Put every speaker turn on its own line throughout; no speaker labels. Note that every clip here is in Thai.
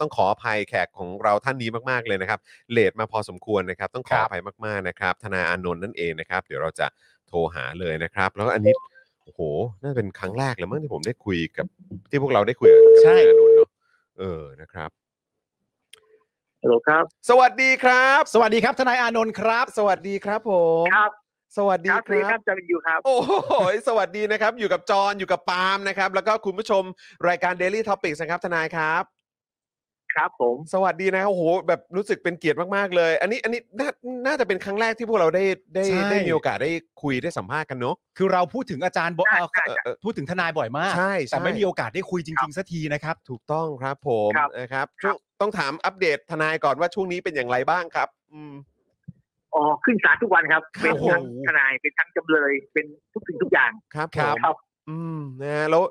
ต้องขออภัยแขกของเราท่านนี้มากๆเลยนะครับเลทมาพอสมควรนะครับ ต้องขอ
ครั
อบ ภัยมากๆนะครับ ธนาอานนท์นั่นเองนะครับ เดี๋ยวเราจะโทรหาเลยนะครับ แล้วก็อันนี้โอ้โหน่าจะเป็นครั้งแรกเลยมั้งที่ผมได้คุยกับที่พวกเราได้คุยกับธนาอานนท์เนาะเออนะครับ
ฮัลโหลครับ
สวัสดีครับ
สวัสดีครับทนายอานนท์ครับ สวัสดีครับผม
ครับ
สวัสดี
ครับส
ค
วัสดีค
รั
รั
บบ
จาวินยูครับ
โอ้โหสวัสดีนะครับ อยู่กับจอนอยู่กับปาล์มนะครับ แล้วก็คุณผู้ชมรายการ Daily Topics นะครับทนายครับ
ครับผม
สวัสดีนะครับโอ้โห แบบรู้สึกเป็นเกียรติมากๆเลย อันนี้อันนี้น่าน่าจะเป็นครั้งแรกที่พวกเราได้ได้ได้มีโอกาสได้คุยได้สัมภาษณ์กันเนาะ
คือเราพูดถึงอาจารย์บ
ใช่
เอ่อ
ใช่
เออเออ
พูดถึงทนายบ่อยมาก
ใช่ใช่
แต่ไม่มีโอกาสได้คุยจริง ๆสักทีนะครับ
ถูกต้องครับผม
ครับ
นะครับ
ครั
ช่ว
บ
งต้องถามอัปเดตทนายก่อนว่าช่วงนี้เป็นอย่างไรบ้างครับ อืม
อ๋อขึ้นศาลทุกวันครับ
ครับ
เป็นทั้ง
โอ้โห
ทนาย เป็นทั้งจำเลย เป็นทุกสิ่งทุกอย่าง
ครับ
ครับ
ผมอืมนะฮะแล้ว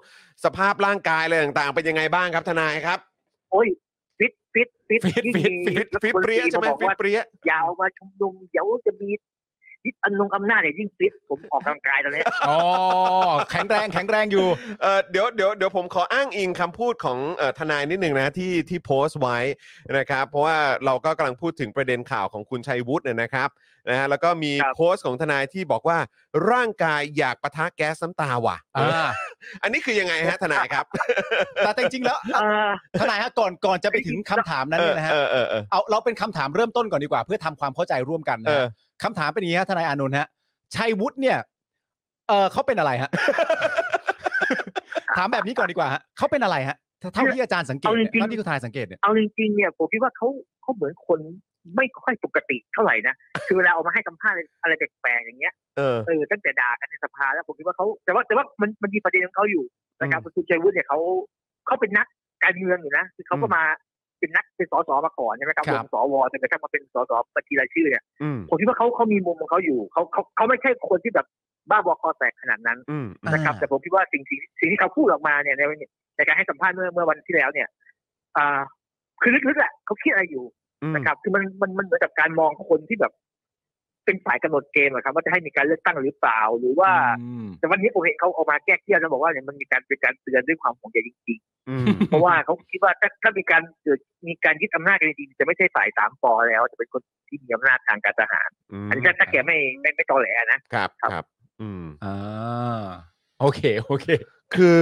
สภาพร่างกายอะไรต่างๆ เป็นยังไงบ้างครับทนายครับ
โอ้ย ฟิต ฟิต ฟิต
ฟิต
ยิ่งมี
ฟิต
ฟิตฟิต
คน
เปรี้ย
จีน
ใช่ไหม
มาบอก
ฟิต
ว่า
เปรี้ย
อยาวมาชุมนุม เดี๋ยวจะมียึดอำนงอำนาจเนี่ยยิ่งฟิต ผมออกกำลังกายตอนนี้
อ๋อแข็งแรงแข็งแรงอยู่
เอ่อเดี๋ยวเดี๋ยวเดี๋ยวผมขออ้างอิงคำพูดของเอ่อทนายนิดหนึ่งนะที่ที่โพสต์ไว้นะครับ เพราะว่าเราก็กำลังพูดถึงประเด็นข่าวของคุณชัยวุฒิเนี่ยนะครับนะฮะแล้วก็มี
ครับ
โพสต์ของทนายที่บอกว่าร่างกายอยากปะทะแก๊สน้ำตาว่ะ
อ่า
อันนี้คือยังไงฮะทนายครับ
แต่จริงๆแล้ว
เอ่อ
ทนายฮะก่อนก่อนจะไปถึงคำถามนั้นเนี่ยนะฮะ
เออเออเออ
เอาเราเป็นคำถามเริ่มต้นก่อนดีกว่า เพื่อทำความเข้าใจร่วมกัน
เอ
นะ
อ
ฮะคำถามเป็นอย่างนี้ฮะทนายอานนท์ฮะชัยวุฒิเนี่ยเออเขาเป็นอะไรฮะ ถามแบบนี้ก่อนดีกว่าฮะเขาเป็นอะไรฮะเท่าเท่าที่อาจารย์สังเกตเนี่ย
เอาจริงๆ
เท่าที่คุณทนายสังเกตเนี่ย
เอาจริงๆเนี่ย ผมคิดว่าเขาเขาเหมือนคนไม่ค่อยปกติเท่าไหร่นะ คือเวลาออกมาให้สัมภาษณ์อะไรแปลกๆอย่างเงี้ย
เออ
เออตั้งแต่ด่ากันในสภาแล้วผมคิดว่าเขาแต่ว่าแต่ว่ามันมันมีประเด็นของเขาอยู่นะครับคุณชัยวุฒิเนี่ยเขาเขาเป็นนักการเมืองอยู่นะคือเขาก็
อืม
มาเป็นนักเป็นสสมาก่อนใช่ไหมครับลงสวจนกระทั่งมาเป็นสสปฏิรายชื่อเนี่ย
อืม
ผมคิดว่าเขาเขามีมุมของเขาอยู่เขาเขาเขาไม่ใช่คนที่แบบบ้าบอคอแตกขนาดนั้น
อืมอืม
นะครับ แต่ผมคิดว่าสิ่งสิ่งสิ่งที่เขาพูดออกมาเนี่ยในวันนี้ในการให้สัมภาษณ์เมื่อเมื่อวันที่แล้วเนี่ยอ่าคือลึกๆแหละเขาคิดอะไรอยู่
อืม
นะครับคือมันมันมันเหมือนกับการมองคนที่แบบ เป็นฝ่ายกำหนดเกมอะครับว่าจะให้มีการเลือกตั้งหรือเปล่า หรือว่า
อืม
แต่วันนี้ผมเห็นเขาออกมาแก้เกี้ยวแล้วบอกว่าเนี่ยมันมีการเป็นการเตือนด้วยความห่วงใยจริง
อืม
ๆ เพราะว่าเขาคิดว่าถ้าถ้ามีการเกิดมีการยึดอำนาจกันจริงๆจะไม่ใช่ฝ่ายสามปอแล้ว จะเป็นคนที่มีอำนาจทางการทหาร
อืม
อันนี้ถ้าถ้าแกไม่ไม่ไม่ตอแหลนะ
ครับ
ครับ
ครับ อืม
อ่าโอเค โอเค
คือ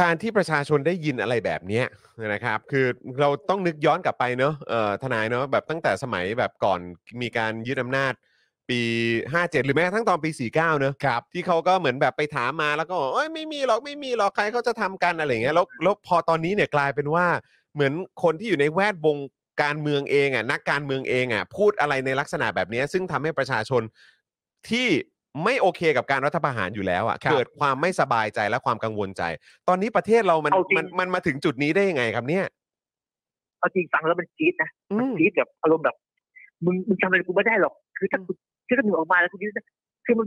การที่ประชาชนได้ยินอะไรแบบเนี้ยนะครับ คือเราต้องนึกย้อนกลับไปเนอะเอ่อทนายเนอะแบบตั้งแต่สมัยแบบก่อนมีการยึดอำนาจปี 57 หรือแม้กระทั่งตอนปี 49 เนอะ
ครับ
ที่เขาก็เหมือนแบบไปถามมาแล้วก็บอกเอ้ยไม่มีหรอกไม่มีหรอกใครเขาจะทำกันอะไรอย่างเงี้ยแล้วแล้วพอตอนนี้เนี่ยกลายเป็นว่าเหมือนคนที่อยู่ในแวดวงการเมืองเองอ่ะนักการเมืองเองอ่ะพูดอะไรในลักษณะแบบเนี้ยซึ่งทำให้ประชาชนที่ไม่โอเคกับการรัฐประหารอยู่แล้วอ่ะ
ครับ
เกิดความไม่สบายใจและความกังวลใจ ตอนนี้ประเทศเรามัน
เอาจริง
มันมันมาถึงจุดนี้ได้ยังไงครับเนี่ย
เอาจริงฟังแล้วมันจี๊ดนะ
อื
มัน
ม
จี๊ดแบบอารมณ์แบบมึงมึงทำอะไรกูไม่ได้หรอก คือถ้าคุณคือถ้ามึงออกมาแล้วคุณยึดคือมัน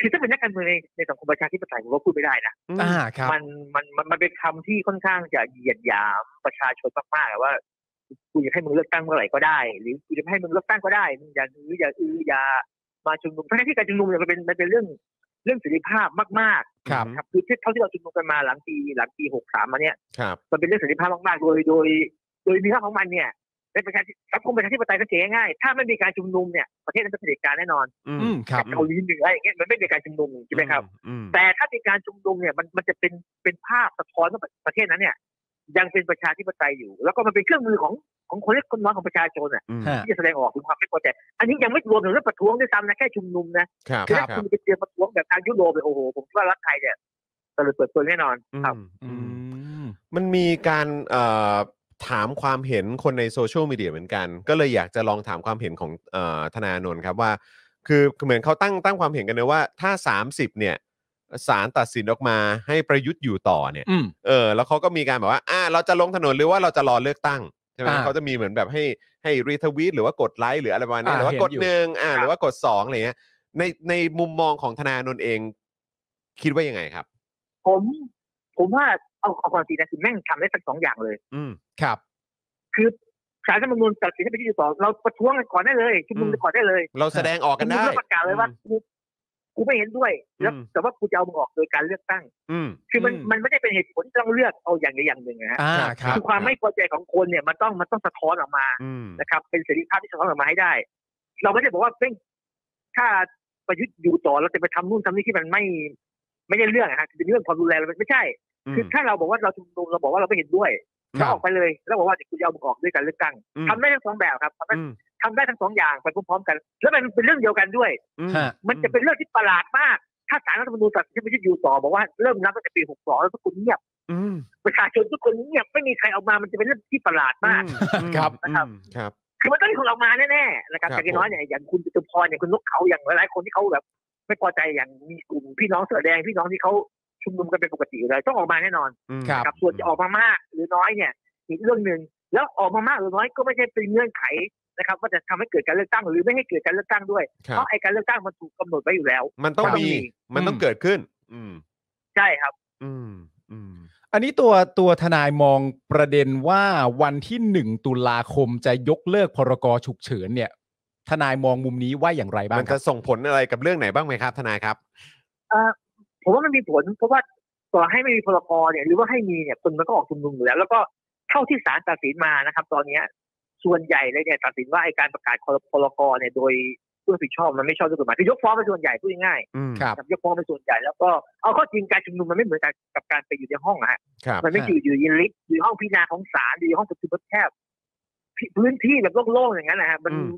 คือถ้าเป็นนักการเมืองในในสังคมประชาธิปไตยผมว่าพูดไม่ได้นะ
อืม
อ่าครับ
มันมันมันมันเป็นคำที่ค่อนข้างจะเหยียดหยามประชาชนมากๆอะว่ากูจะให้มึงเลือกตั้งเมื่อไหร่ก็ได้ หรือกูจะไม่ให้มึงเลือกตั้งก็ได้มึงอย่าอืออย่าอืออย่ามาชุมนุมทั้งที่การชุมนุมเนี่ยมันเป็นมันเป็นเรื่องเรื่องเสรีภาพมาก
ครับ
ๆครับคือเท่าที่เราชุมนุมกันมาหลังปีหลังปีหกสามมาเนี่ย
ครับ
มันเป็นเรื่องเสรีภาพมากๆโดยโดย โดยเนื้อของมันเนี่ยในประชาธิสังคมประชาธิปไตยก็เสียง่ายๆถ้าไม่มีการชุมนุมเนี่ยประเทศนั้นจะเผด็จการแน่นอน
อื
อืมครับ
เกาหลีเหนืออย่างเงี้ยมันไม่มีการชุมนุมใช่ไหมครับ
อืม
แต่ถ้ามีการชุมนุมเนี่ยมันมันจะเป็นเป็นภาพสะท้อนว่าประเทศนั้นเนี่ย ยังเป็นประชาธิปไตยอยู่ แล้วก็มันเป็นเครื่องมือของของคนเล็กคนน้อยของประชาชนน่ะ
อืม
ฮะ
ที่จะแสดงออกถึงความไม่พอใจอันนี้ยังไม่รวมถึงเรื่องประท้วงด้วยซ้ำนะแค่ชุมนุมนะครับ
ค
คือ
รับ
ถ้าคุณไปเจอประท้วงแบบทางยุโรปเนี่ยโอ้โหผมคิดว่ารัฐไทยเนี่ยตะลุยเปิดเผยแน่นอนครับ
อืม
อื
อืม
ม
มันมีการเอ่อถามความเห็นคนในโซเชียลมีเดียเหมือนกัน ก็เลยอยากจะลองถามความเห็นของเอ่อธนาโนนท์ครับว่า คือเหมือนเขาตั้งตั้งความเห็นกันนะว่าถ้า 30 เนี่ยศาลตัดสินออกมาให้ประยุทธ์อยู่ต่อเนี่ย
อืม
เออแล้วเขาก็มีการแบบว่าอ่าเราจะลงถนนหรือว่าเราจะรอเลือกตั้งใช่ไหม
อ่า
เขาจะมีเหมือนแบบให้ให้รีทวีตหรือว่ากดไลค์หรืออะไรประมาณนี้
อ่า
หรือว่า
เห็น
กด
อยู่
หนึ่งอ่า
ครับ
หรือว่ากดสองอะไรเงี้ยในในมุมมองของธนาโนนท์เองคิดว่ายังไงครับ
ผมผมว่าเอาเอาความจริงนะคือแม่งทำได้สักสองอย่างเลย
อืม
ครับ
คือสารรัฐธรรมนูญตัดสินให้เป็นที่อยู่ต่อเราประท้วงกันก่อนได้เลยชุมนุม
อืม
ก่อนได้เลย
เราแสดงออกกันได้
ประกาศเลยว่า
อืม
กู กูไม่เห็นด้วยแล้ว
อืม
แต่ว่ากูจะเอามึงออกโดยการเลือกตั้ง
อืม
คือมัน
อืม
มันไม่ได้เป็นเหตุผลที่ต้องเลือกเอาอย่างใดอย่างหนึ่งนะฮะ
อ่า
ครับ
ครับ
คือความไม่พอใจของคนเนี่ยมันต้องมันต้องสะท้อนออกมา
อืม
นะครับเป็นเสรีภาพที่สะท้อนออกมาให้ได้ เราไม่ได้บอกว่าเพ่งถ้าประยุทธ์อยู่ต่อเราจะไปทำนู่นทำนี่ที่มันไม่ ไม่ได้เรื่องอะฮะคือเป็นเรื่องความรุนแรงไม่ใช่ คือถ้าเราบอกว่าเราชุมนุมเราบอกว่าเราไม่เห็นด้วย
ครั
เรา
บ
ออกไปเลย แล้วบอกว่าเดี๋ยวคุณจะเอามึงออกด้วยการเลือกตั้ง
อืม
ทำได้ทั้งสองแบบครับทำได้
อืม
ทำได้ทั้งสองอย่างไปพร้อมๆกัน แล้วมันเป็นเรื่องเดียวกันด้วย
อื
ฮะ
มันจะเป็นเรื่องที่ประหลาดมาก ถ้าศาลรัฐธรรมนูญตัดสินที่ประยุทธ์อยู่ต่อบอกว่าเริ่มนับตั้งแต่ปี62แล้วทุกคนเงียบ
อืม
ประชาชนทุกคนเงียบไม่มีใครออกมามันจะเป็นเรื่องที่ประหลาดมาก
อืม
ครับ
อืมครับ
คือมันต้องมีคนออกมาแน่ๆนะครับ
ครับ
แต่อย่างน้อยเนี่ยอย่างคุณจตุพรอย่างคุณนกเขาอย่างหลายๆคนที่เขาแบบ ไม่พอใจอย่างมีกลุ่มพี่น้องเสื้อแดงพี่น้องที่เขาชุมนุมกันเป็นปกติเลยต้องออกมาแน่นอน
อืม
ครับ
นะครับส่วนจะออกมามากหรือน้อยเนี่ยอีกเรื่องหนึ่งแล้วออกมามากหรือน้อยก็ไม่ใช่เป็นเงื่อนไขนะครับ ว่าจะทำให้เกิดการเลือกตั้งหรือไม่ให้เกิดการเลือกตั้งด้วย
ครั
เพ
บ
ราะไอ้การเลือกตั้งมันถูกกำหนดไว้อยู่แล้ว
มันต้อง
ครับ
มี มันต้องเกิดขึ้น อืม
ใช่ครับ
อืม อืม
อันนี้ตัวตัวทนายมองประเด็นว่าวันที่หนึ่งตุลาคมจะยกเลิกพรกฉุกเฉินเนี่ย ทนายมองมุมนี้ว่าอย่างไรบ้า
มั
ง
น
ค
จะ
รับ
ส่งผลอะไรกับเรื่องไหนบ้างไหมครับ ทนายครับ
ผมว่ามันมีผล เพราะว่าต่อให้ไม่มีพลกรเนี่ยหรือว่าให้มีเนี่ยคนมันก็ออกชุมนุมอยู่แล้ว แล้วก็เท่าที่ศาลตัดสินมานะครับ ตอนเนี้ยส่วนใหญ่เลยเนี่ยตัดสินว่าไอการประกาศพลกรเนี่ยโดยผู้รับผิดชอบมันไม่ชอบด้วยกฎหมายคือยกฟ้องเป็นส่วนใหญ่พูดง่าย
อืม
ครับ
ๆครับยกฟ้องเป็นส่วนใหญ่แล้วก็เอาข้อจริงการชุมนุมมันไม่เหมือนกับกับการไปอยู่ในห้องอะฮะ
ครับ
มันไม่
ฮะ
อยู่อยู่ในลิฟต์อยู่ในห้องพิจารณาของศาลอยู่ในห้องประชุมแคบๆพื้นที่แบบโล่งๆอย่างนั้นนะฮะมัน
อืม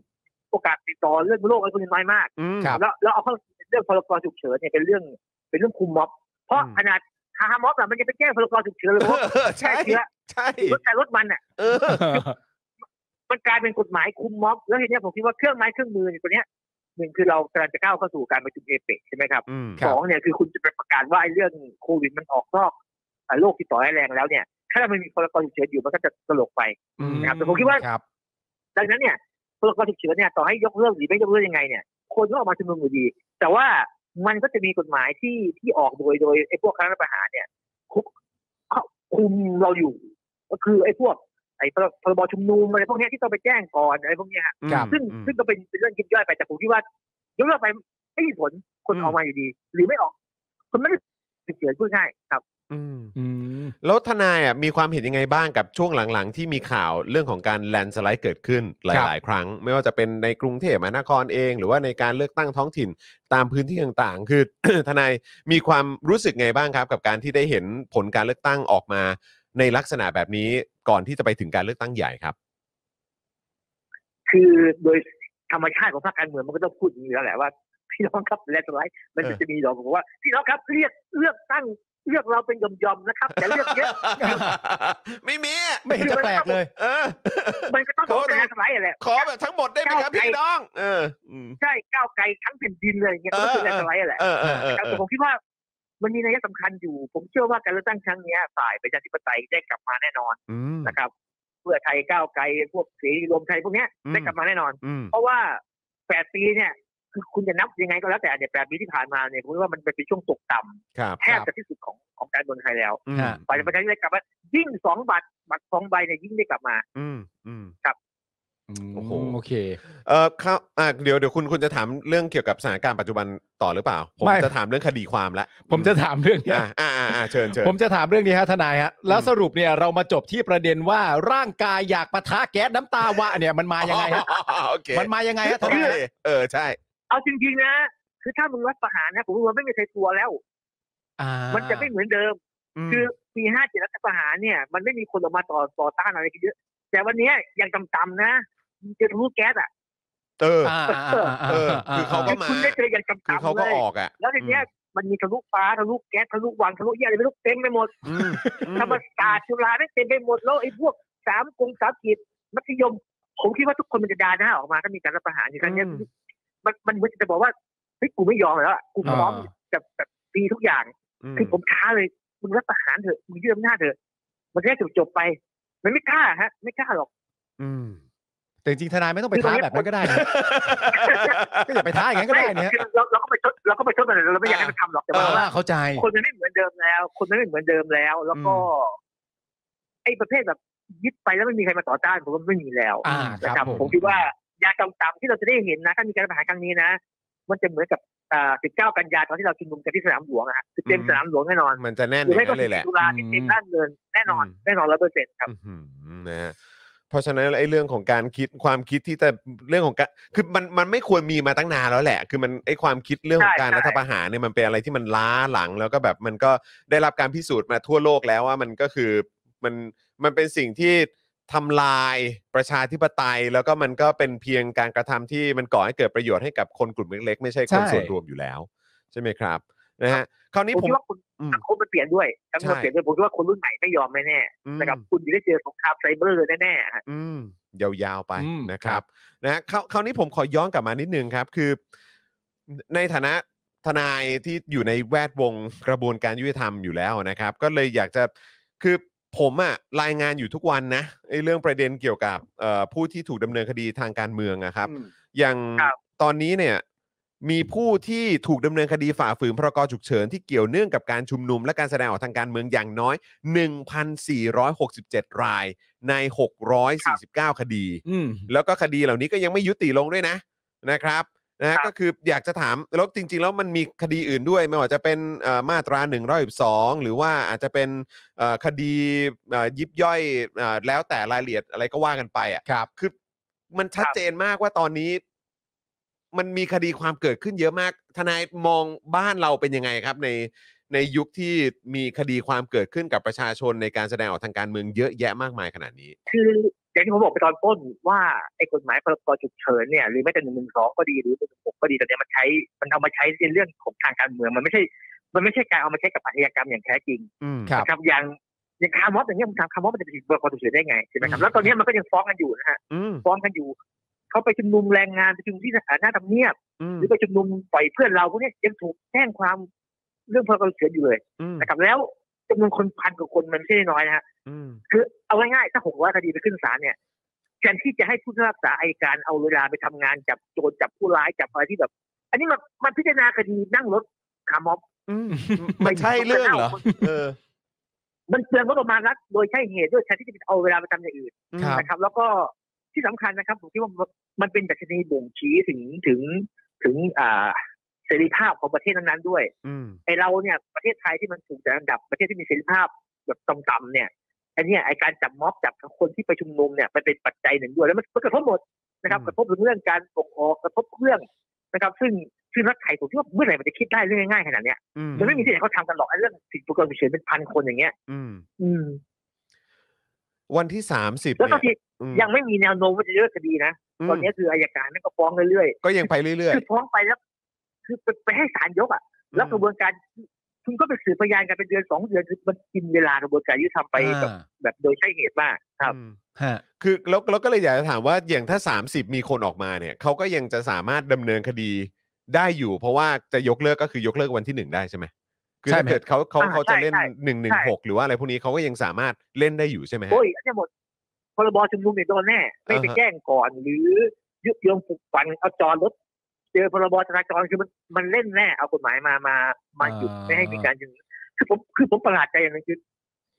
โอกาสติดต่อเรื่องโลกอะไรพวกนี้น้อยมาก
อืม
ครับ
แล้วแล้วเอาเข้าเรื่องพรกฉุกเฉินเนี่ยเป็นเรื่อง เป็นเรื่องคุมม็อบ เพราะ
อืม
ขนาดฮาฮาม็อบอะมันจะไปแก้พรกฉุกเฉินเลยเพราะ
เออ
แค่
ใช่
เชื้อ
ใช่
รถแต่รถมันอ่ะ
เออ
มันกลายเป็นกฎหมายคุมม็อบแล้วทีเนี้ยผมคิดว่าเครื่องไม้เครื่องมือเนี่ยตัวเนี้ยหนึ่งคือเรากำลังจะก้าวเข้าสู่การประชุมเอเปกใช่ไหมครับ
อืม
ครั
ส
บ
องเนี่ยคือคุณจะไปประกาศว่าไอ้เรื่องโควิดมันออกนอกอ่าโลกที่ต่อให้ายแรงแล้วเนี่ยถ้ามันมีพรกฉุกเฉินอยู่มันก็จะตลกไป
อืม
ครับแต่ผมคิดว่า
ครับ
ดังนั้นเนี่ยพลกรฉุกเฉินเนี่ยต่อให้ยกเลิกหรือไม่ยกเลิกยังไงเนี่ยคนก็ออกมาชุมนุมอยู่ดี แต่ว่ามันก็จะมีกฎหมายที่ที่ออกโดยโดยไอ้พวกคณะรัฐประหารเนี่ยคุกคุมเราอยู่ ก็คือไอ้พวกไอ้พรพรบชุมนุมอะไรพวกเนี้ยที่ต้องไปแจ้งก่อนอะไรพวกเนี้ยฮะ
อืม
ครับ
ซึ่ง
อืม
ซึ่งก็เป็นเป็นเรื่องยิบย่อยไปแต่ผมคิดว่ายกเลิกไปไม่มีผลคน
อืม
ออกมาอยู่ดี หรือไม่ออก คนไม่ได้ฉุกเฉินพูดง่ายครับ
อืม
อืม
แล้วทนายอ่ะมีความเห็นยังไงบ้างกับช่วงหลังๆ ที่มีข่าวเรื่องของการแลนสไลด์เกิดขึ้นห
ครับ
ลาย ๆ ครั้ง ไม่ว่าจะเป็นในกรุงเทพมหานครเอง หรือว่าในการเลือกตั้งท้องถิ่นตามพื้นที่ต่างๆ คือ ทนายมีความรู้สึกไงบ้างครับ กับการที่ได้เห็นผลการเลือกตั้งออกมา ในลักษณะแบบนี้ก่อนที่จะไปถึงการเลือกตั้งใหญ่ครับ
คือโดยธรรมชาติของภาคการเมืองมันก็ต้องพูดอย่างนี้อยู่แล้วแหละว่า พี่น้องครับแลนสไลด์มันจะมีดอกบอกว่า พี่น้องครับเรียกเลือกตั้งเลือกเราเป็นยอมยอมๆนะครับแต่เลือกเยอะ
ไม่มี
ไม่เห็นจะแปลกเลย
เอ อ
มันก็ต้อง
เขา
โด
ก็
น
ต้อง
แลนสไลด์อะแหละ
ขอแบบทั้งหมดได้ไหม ครับพี่น้อง เอออืม
ใช่ก้าวไกลทั้งแผ่นดินเลยอย่างเงี้ยก็คือ
เอ
แล
อ
นสไลด์อะแหละ
เออเออเออ
แต่
เออ
ผมคิดว่า มันมีนัยสำคัญอยู่ ผมเชื่อว่าการเลือกตั้งครั้งเนี้ยฝ่ายประชาธิปไตยได้กลับมาแน่นอน
อืม
นะครับ เพื่อไทยก้าวไกลพวกเสรีรวมไทยพวกเนี้ย
อืม
ได้กลับมาแน่นอน
อืม
เพราะว่าแปดปีเนี่ย คือคุณจะนับยังไงก็แล้วแต่เนี่ยแปดปีที่ผ่านมาเนี่ยผมว่ามันเป็นช่วงตกต่ำ
ครับ
แทบจะที่สุดของของการเมืองไทยแล้ว
อืม
ฮะ
ฝ่ายประชาธิปไตยกลับมายิ่งสองบัตรบัตรสองใบเนี่ยยิ่งได้กลับมา
อืมอืม โอ้โห
มโอเค
เออครับอ่ะเดี๋ยวเดี๋ยวคุณคุณจะถามเรื่องเกี่ยวกับสถานการณ์ปัจจุบันต่อหรือเปล่า ผม
ไม่
จะถามเรื่องคดีความละ
ผมจะถามเรื่องเนี้ย
อ่าอ่าอ่าเชิญเชิญ
ผมจะถามเรื่องนี้ฮะทนายฮะแล้ว
อืม
สรุปเนี่ยเรามาจบที่ประเด็นว่าร่างกายอยากปะทะแก๊สน้ำตาวะเนี่ยมันมายังไงฮะ
อ๋อโอเค
มันมายังไงฮะ
โอน
ทาย
เค
ฮะ
เออใช่
เอาจริงๆนะ คือถ้ามึงรัฐประหารนะผมว่าไม่มีใครกลัวแล้ว
อ่า
มันจะไม่เหมือนเดิม คือปีห้าเจ็ดรัฐประหารเนี่ย มันไม่มีคนออกมาต่อต่อต้านอะไรกันเยอะแต่วันเนี้ยยังต่ำๆนะมึงเจะรู้แก๊สอ่ะ
เออ
อ่าอ่าอ่าา
เออคือเขาก็
คือคุณได้เจอยัง
คือ
ต่ำ
เขา
ๆเล
ก็
ย
ออกอ่ะ
แล้วทีเนี้ยมันมีทะลุฟ้าทะลุแก๊สทะลุวังทะลุเยี่ยอะไรไม่รู้เต็มไปหมด
อืมอืม
ธรรมศาสตร์จุฬาได้เต็มไปหมดแล้วไอ้พวกสามกงสามกีดมัธยม ผมคิดว่าทุกคนมันจะด่าหน้าออกมาถ้ามีการรัฐประหารอยู่ครั้งเนี้ย มันมันเหมือนจะบอกว่าเฮ้ยกูไม่ยอมแล้วอะกูพร้อมจะแบบดีทุกอย่าง
อืม
คือผมท้าเลยมึงรัฐประหารเถอะมึงยึดอำนาจเถอะ มันจะได้จบจบๆไป มันไม่กล้าฮะ ไม่กล้าหรอก
อืม
แต่จริงๆทนายไม่ต้องไปท้าแบบนั้นก็ได้นะก็อย่าไปท้าอย่างนั้นก็
ไม่
ได้เนี่ย
คือเราเราก็ไปทดเราก็ไปทดมันเราไม่อยากให้มันทำหรอกแต่ว่า
อ่าเข้าใจ
คนมันไม่เหมือนเดิมแล้ว คนมันไม่เหมือนเดิมแล้ว แล้วก็ ไอ้ประเภทแบบยึดไปแล้วไม่มีใครมาต่อต้านผมว่าไม่มีแล้ว
อ่า
นะครับ
ผม
ผมคิดว่ายาต่ำๆที่เราจะได้เห็นนะถ้ามีการประหารครั้งนี้นะ มันจะเหมือนกับอ่า19 กันยาตอนที่เราชุมนุมกันที่สนามหลวงอะฮะคือเต็ม
อืม
สนามหลวงแน่นอน
มันจะแน่น
ห
อ
รื
ย่า
อ
งนั้น
ไม่ก็
เลยแหละ
ตุลาที่เต็มด้านเงินแน่นอน
อืม
แน่นอนร้อยเปอร์เซ็นต์ครับ
อื้อหือนะฮะเพราะฉะนั้นไอ้เรื่องของการคิดความคิดที่แต่เรื่องของการคือมันมันไม่ควรมีมาตั้งนานแล้วแหละ คือมันไอ้ความคิดเรื่องของ
ใช่
การ
ใช่
รัฐประหารเนี่ยมันเป็นอะไรที่มันล้าหลังแล้วก็แบบมันก็ได้รับการพิสูจน์มาทั่วโลกแล้วว่ามันก็คือมันมันเป็นสิ่งที่ทำลายประชาธิปไตย แล้วก็มันก็เป็นเพียงการกระทำที่มันก่อให้เกิดประโยชน์ให้กับคนกลุ่มเล็กๆไม่ใช่คน
ใช่
ส่วนรวมอยู่แล้ว ใช่ไหมครับนะฮะคราวนี้
ผ
ผ
ม
ม
คิดว่าคุณ
อืม
สังคมมันเปลี่ยนด้วยสังคม
ใช่
เปลี่ยนด้วยผมคิดว่าคนรุ่นใหม่ไม่ยอมแน่
อืม
ๆนะครับคุณจะได้เจอสงครามไซเบอร์แน่ๆฮะ
อืมยาวๆไป
อืม
นะค
ครั
รับบ นะฮะคราวคราวนี้ผมขอย้อนกลับมานิดนึงครับ คือ ในฐานะทนายที่อยู่ในแวดวงกระบวนการยุติธรรมอยู่แล้วนะครับ ก็เลยอยากจะคือผมอะรายงานอยู่ทุกวันนะไอ้เรื่องประเด็นเกี่ยวกับเอ่อผู้ที่ถูกดำเนินคดีทางการเมืองอะครับ อย่าง
ครับ
ตอนนี้เนี่ยมีผู้ที่ถูกดำเนินคดีฝ่าฝืนพรกฉุกเฉินที่เกี่ยวเนื่องกับการชุมนุมและการแสดงออกทางการเมืองอย่างน้อย 1,467 รายใน 649 คดี
อืม
แล้วก็คดีเหล่านี้ก็ยังไม่ยุติลงด้วยนะนะครับนะฮะ
ครับ
ก็คืออยากจะถามแล้วจริง ๆ แล้วมันมีคดีอื่นด้วย ไม่ว่าจะเป็นเอ่อมาตรา1นึหรือว่าอาจจะเป็นเอ่อคดีเอ่อยิบย่อยเอ่อแล้วแต่รายละเอียดอะไรก็ว่ากันไปอ่ะ
ครับ
คือมันชัดเจนมากว่าตอนนี้ มันมีคดีความเกิดขึ้นเยอะมาก ทนายมองบ้านเราเป็นยังไงครับ ในในยุคที่มีคดีความเกิดขึ้นกับประชาชนในการแสดงออกทางการเมืองเยอะแยะมากมายขนาดนี้
คืออย่างที่ผมบอกไปตอนต้นว่าไอ้กฎหมายพรกฉุกเฉินเนี่ยหรือแม้แต่หนึ่งหนึ่งสองก็ดีหรือหนึ่งหกก็ดีแต่เนี่ยมันใช้มันเอามาใช้ในเรื่องของทางการเมืองมันไม่ใช่ มันไม่ใช่การเอามาใช้กับอาชญากรรมอย่างแท้จริง
อืม
ครับ
นะครับอย่างอย่างคาร์มอสอย่างเงี้ยผมถามคาร์มอสมันจะไปถึงพรกฉุกเฉินได้ไงใช่ไหมครับแล้วตอนเนี้ยมันก็ยังฟ้องกันอยู่นะฮะ
อืม
ฟ้องกันอยู่เขาไปชุมนุมแรงงานไปชุมนุมที่สถานหน้าทำเนียบ
อืม
หรือไปชุมนุมปล่อยเพื่อนเราพวกเนี้ยยังถูกแจ้งความเรื่องพรกฉุกเฉินอยู่เลย
อืม
นะครับแล้วจำนวนคนพันกว่าคนมันไม่ใช่น้อยนะฮะ
อืม
คือเอาง่ายๆถ้าผมว่าคดีไปขึ้นศาลเนี่ยแทนที่จะให้ผู้พิพากษาอัยการเอาเวลาไปทำงานจับโจรจับผู้ร้ายจับอะไรที่แบบ อันนี้มันมันพิจารณาคดีนั่งรถคาร์ม็อบ
อืม มันใช่เรื่องเหรอเออ
มันเปลืองงบประมาณรัฐโดยใช่เหตุด้วยแทนที่จะเอาเวลาไปทำอย่างอื่น
ครับ
นะครับ แล้วก็ที่สำคัญนะครับผมคิดว่ามันเป็นดัชนีบ่งชี้ถึงถึงถึงอ่าเสรีภาพของประเทศนั้นๆด้วย
อืม
ไอเราเนี่ยประเทศไทยที่มันถูกจัดอันดับประเทศที่มีเสรีภาพแบบต่ำๆเนี่ยไอเนี่ยไอการจับม็อบจับคนที่ไปชุมนุมเนี่ยมันเป็นปัจจัยหนึ่งด้วยแล้วมันมันกระทบหมดนะครับกระทบเรื่องการปกครองกระทบเรื่องนะครับ ซึ่งซึ่งรัฐไทยผมคิดว่าเมื่อไหร่มันจะคิดได้เรื่องง่ายๆขนาดเนี้ย
อืม
มันไม่มีที่ไหนเขาทำกันหรอกไอเรื่องผิดปกติฉุกเฉินเป็นพันคนอย่างเงี้ย
อืม
อืม
วันที่สามสิบ
แล้วก็
เนี่ย
ที
อืม
ยังไม่มีแนวโน้มว่าจะเลิกคดีนะ
อืม
ตอนนี้คืออายการนั่นก็ฟ้องเรื่อย
ก็ยังไปเรื่
ๆ
อย
คือฟ้องไปแล้ว คือไปไปให้ศาลยกอ่ะ
ๆ
แล้วกระบวนการคุณก็ไปสืบพยานกันเป็นเดือนสองเดือนคือมันกินเวลากระบวนการยุติธรรมไปแบบ
อ่า
แบบโดยใช่เหตุมากครับ
อืม
ฮะ
คือแล้วเราก็เลยอยากจะถามว่าอย่างถ้า 30 มีคนออกมาเนี่ยเขาก็ยังจะสามารถดำเนินคดีได้อยู่ เพราะว่าจะยกเลิกก็คือยกเลิกวันที่หนึ่งได้ใช่ไหมคือ
ใช่
ถ้า
ไหม
เกิดเขาเขา
อ่า
เขาจะเล่น
ใช่
หนึ่งหนึ่
ใช่
งหกหรือว่าอะไรพวกนี้เขาก็ยังสามารถเล่นได้อยู่ใช่ไหมฮะ
โอ้ยอันนี้หมดพรบชุมนุมเนี่ยโดนแน่ ไม่ไป
อ่าฮะ
แจ้งก่อน หรือยุยงปลุกปั่นเอาจอรถเจอพรบจราจรคือมันมันเล่นแน่ เอากฎหมายมามามาหยุด
อ่า
ไม่ให้มีการชุมนุมคือผมคือผมประหลาดใจอย่างหนึงคือ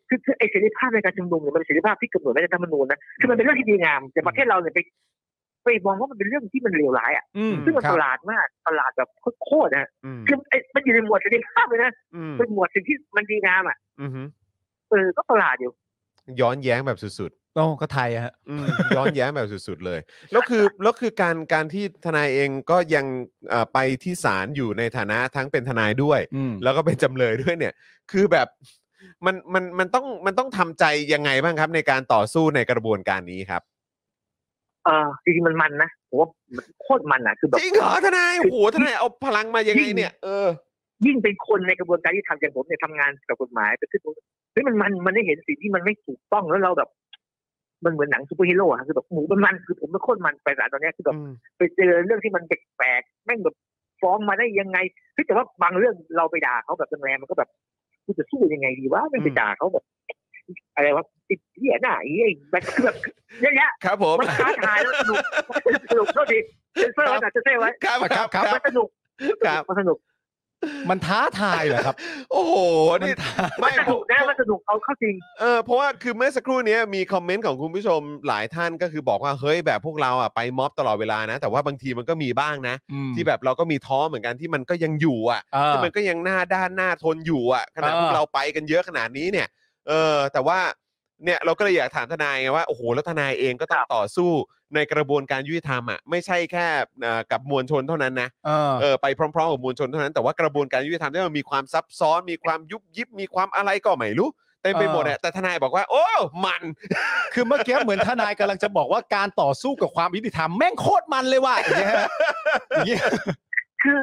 คือคือไอ้เสรีภาพในการชุมนุมเนี่ยมันเป็นเสรีภาพที่กำหนดไว้ในรัฐธรรมนูญนะคือมันเป็นเรื่องที่ดีงามแต่ประเทศเราเนี่ยไปไปมองว่ามันเป็นเรื่องที่มันเลวร้ายอ่ะ
อืม
ซึ่งมันป
ครับ
ระหลาดมากประหลาดแบบโคตรๆนะ
อืม
คือไอ้มันอยู่ในหมวดเสรีภาพเลยนะ
อืม
เป็นหมวดสิ่งที่มันดีงามอ่ะ
อือหือ
เออก็ประหลาดอยู่
ย้อนแย้งแบบสุด
โอ้ก็ไทยอะฮะ
ๆอืม ย้อนแย้งแบบสุดๆเลย แล้วคือแล้วคือการการที่ทนายเองก็ยังเอ่อไปที่ศาลอยู่ในฐานะทั้งเป็นทนายด้วย
อืม
แล้วก็เป็นจำเลยด้วยเนี่ย คือแบบมันมันมันต้องมันต้องทำใจยังไงบ้างครับ ในการต่อสู้ในกระบวนการนี้ครับ
เออจริงๆมันมันนะผมว่ามันโคตรมันอ่ะคือแบบ
จริงเหรอทนายโอ้โหทนายเอาพลังมายังไงเนี่ย เออ
ยิ่งเป็นคนในกระบวนการที่ทำอย่างผมเนี่ยทำงานกับกฎหมายไปขึ้นเฮ้ยมันมันมันได้เห็นสิ่งที่มันไม่ถูกต้องแล้วเราแบบ มันเหมือนหนังซูเปอร์ฮีโร่อะคือแบบหมูมันมันคือผมเป็นโคตรมันไปสารตอนเนี้ยคือแบบไปเจอเรื่องที่มันแปลกๆแม่งแบบฟ้องมาได้ยังไงเฮ้ยแต่ว่าบางเรื่องเราไปด่าเขาแบบแรงๆมันก็แบบกูจะสู้ยังไงดีวะไม่งไป
อืม
ด่าเขาแบบ อะไรวะติดเหี้ยหน้าไอ้ไอ้แบบคือ แบบเยอะแยะ
ครับผม
มันท้าทายแล้วสนุกสนุกเท่าดีเซนเซอร์ไว้หน่อยเซนเซอร์ไว้
ครับครับครับ
มันสนุก
ครับ
มันสนุก
มันท้าทายเหรอครับ
โอ้โห
มัน
นี่
ท้า
ไม่
ส
ผ
นุ
ม
กนะมันสนุกเอาเข้าจริง
เออเพราะว่าคือเมื่อสักครู่เนี้ยมีคอมเมนต์ของคุณผู้ชมหลายท่านก็คือบอกว่าเฮ้ยแบบพวกเราอ่ะไปม็อบตลอดเวลานะ แต่ว่าบางทีมันก็มีบ้างนะ
อืม
ที่แบบเราก็มีท้อเหมือนกันที่มันก็ยังอยู่อ่ะ
เออ
ที่มันก็ยังหน้าด้านหน้าทนอยู่อ่ะขนาด
เออ
พวกเราไปกันเยอะขนาดนี้เนี่ย เออ แต่ว่าเนี่ยเราก็เลยอยากถามทนายไงว่าโอ้โหแล้วทนายเองก็ต้อง
ครับ
ต่อสู้ในกระบวนการยุติธรรมอ่ะไม่ใช่แค่เอ่อกับมวลชนเท่านั้นนะ
เออ
เออไปพร้อมๆกับมวลชนเท่านั้นแต่ว่ากระบวนการยุติธรรมที่มันมีความซับซ้อนมีความยุบยิบมีความอะไรก็ไม่รู้เต็มไปหมดอ่ะแต่ทนายบอกว่า โอ้มัน
คือเมื่อกี้เหมือนทนายกำลังจะบอกว่าการต่อสู้กับความยุติธรรมแม่งโคตรมันเลยว่ะอย่างเงี้ยฮะอย่างเงี้ย
คือ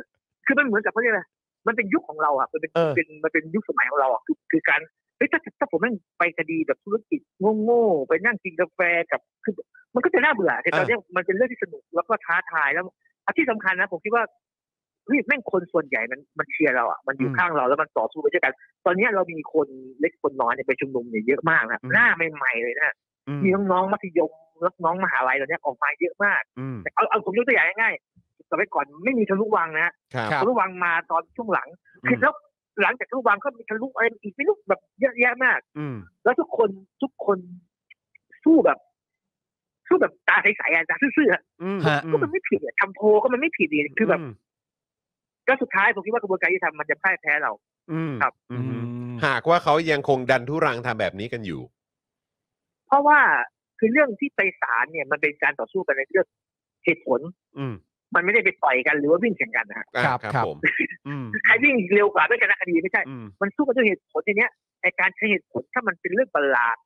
คือมันเหมือนกับเขาเรียกอะไรมันเป็นยุคของเราอ่ะมันเป็น
เออ
เป็นมันเป็นยุคสมัยของเราอ่ะคือคือการเฮ้ยถ้าถ้าผมนั่งไปคดีแบบธุรกิจโง่ๆไปนั่งกินกาแฟกับคือมันก็จะน่าเบื่อแต่ตอนเนี้ยมันเป็นเรื่องที่สนุกแล้วก็ท้าทายแล้วอันที่สำคัญนะผมคิดว่าเฮ้ยแม่งคนส่วนใหญ่มันมันเชียร์เราอ่ะมันอยู่
อืม
ข้างเราแล้วมันต่อสู้ไปด้วยกัน ตอนเนี้ยเรามีคนเล็กคนน้อยเนี่ยไปชุมนุมเนี่ยเยอะมากนะ
อืม
หน้าใหม่ๆเลยนะ
อืม
มีน้องๆมัธยมน้องๆมหาลัยตอนเนี้ยออกมาเยอะมาก
อืม
เอาเอาผมยกตัวอย่างง่ายๆสมัยก่อนไม่มีทะลุวังนะ
ครับ
ครับ
ทะลุวังมาตอนช่วงหลัง
อืม
คือแล้วหลังจากทะลุวังก็มีทะลุอะไรอีกไม่รู้แบบเยอะแยะมาก
อืม
แล้วทุกคนทุกคนสู้แบบ สู้แบบตาใสๆอะตาซื่อๆอะ
อืม
ฮะ
อื
ก็มันไม่ผิดอะทำโพลก็มันไม่ผิดดีคือแบบ
ม
ก็สุดท้ายผมคิดว่ากระบวนการยุติธรรมมันจะพ่ายแพ้เรา
อืม
ครับ
อืมหากว่าเขายังคงดันทุรังทำแบบนี้กันอยู่
เพราะว่าคือเรื่องที่ไปศาลเนี่ย มันเป็นการต่อสู้กันในเรื่องเหตุผล
อืม
มันไม่ได้ไปต่อยกันหรือว่าวิ่งแข่งกันนะฮะ
อ่า
ครับครับ
ผมอืม
ใครวิ่งเร็วกว่าไม่ชนะคดีไม่ใช่
อืม
มันสู้กันด้วยเหตุผลทีเนี้ยไอการใช้เหตุผลถ้ามันเป็นเรื่องประหลาด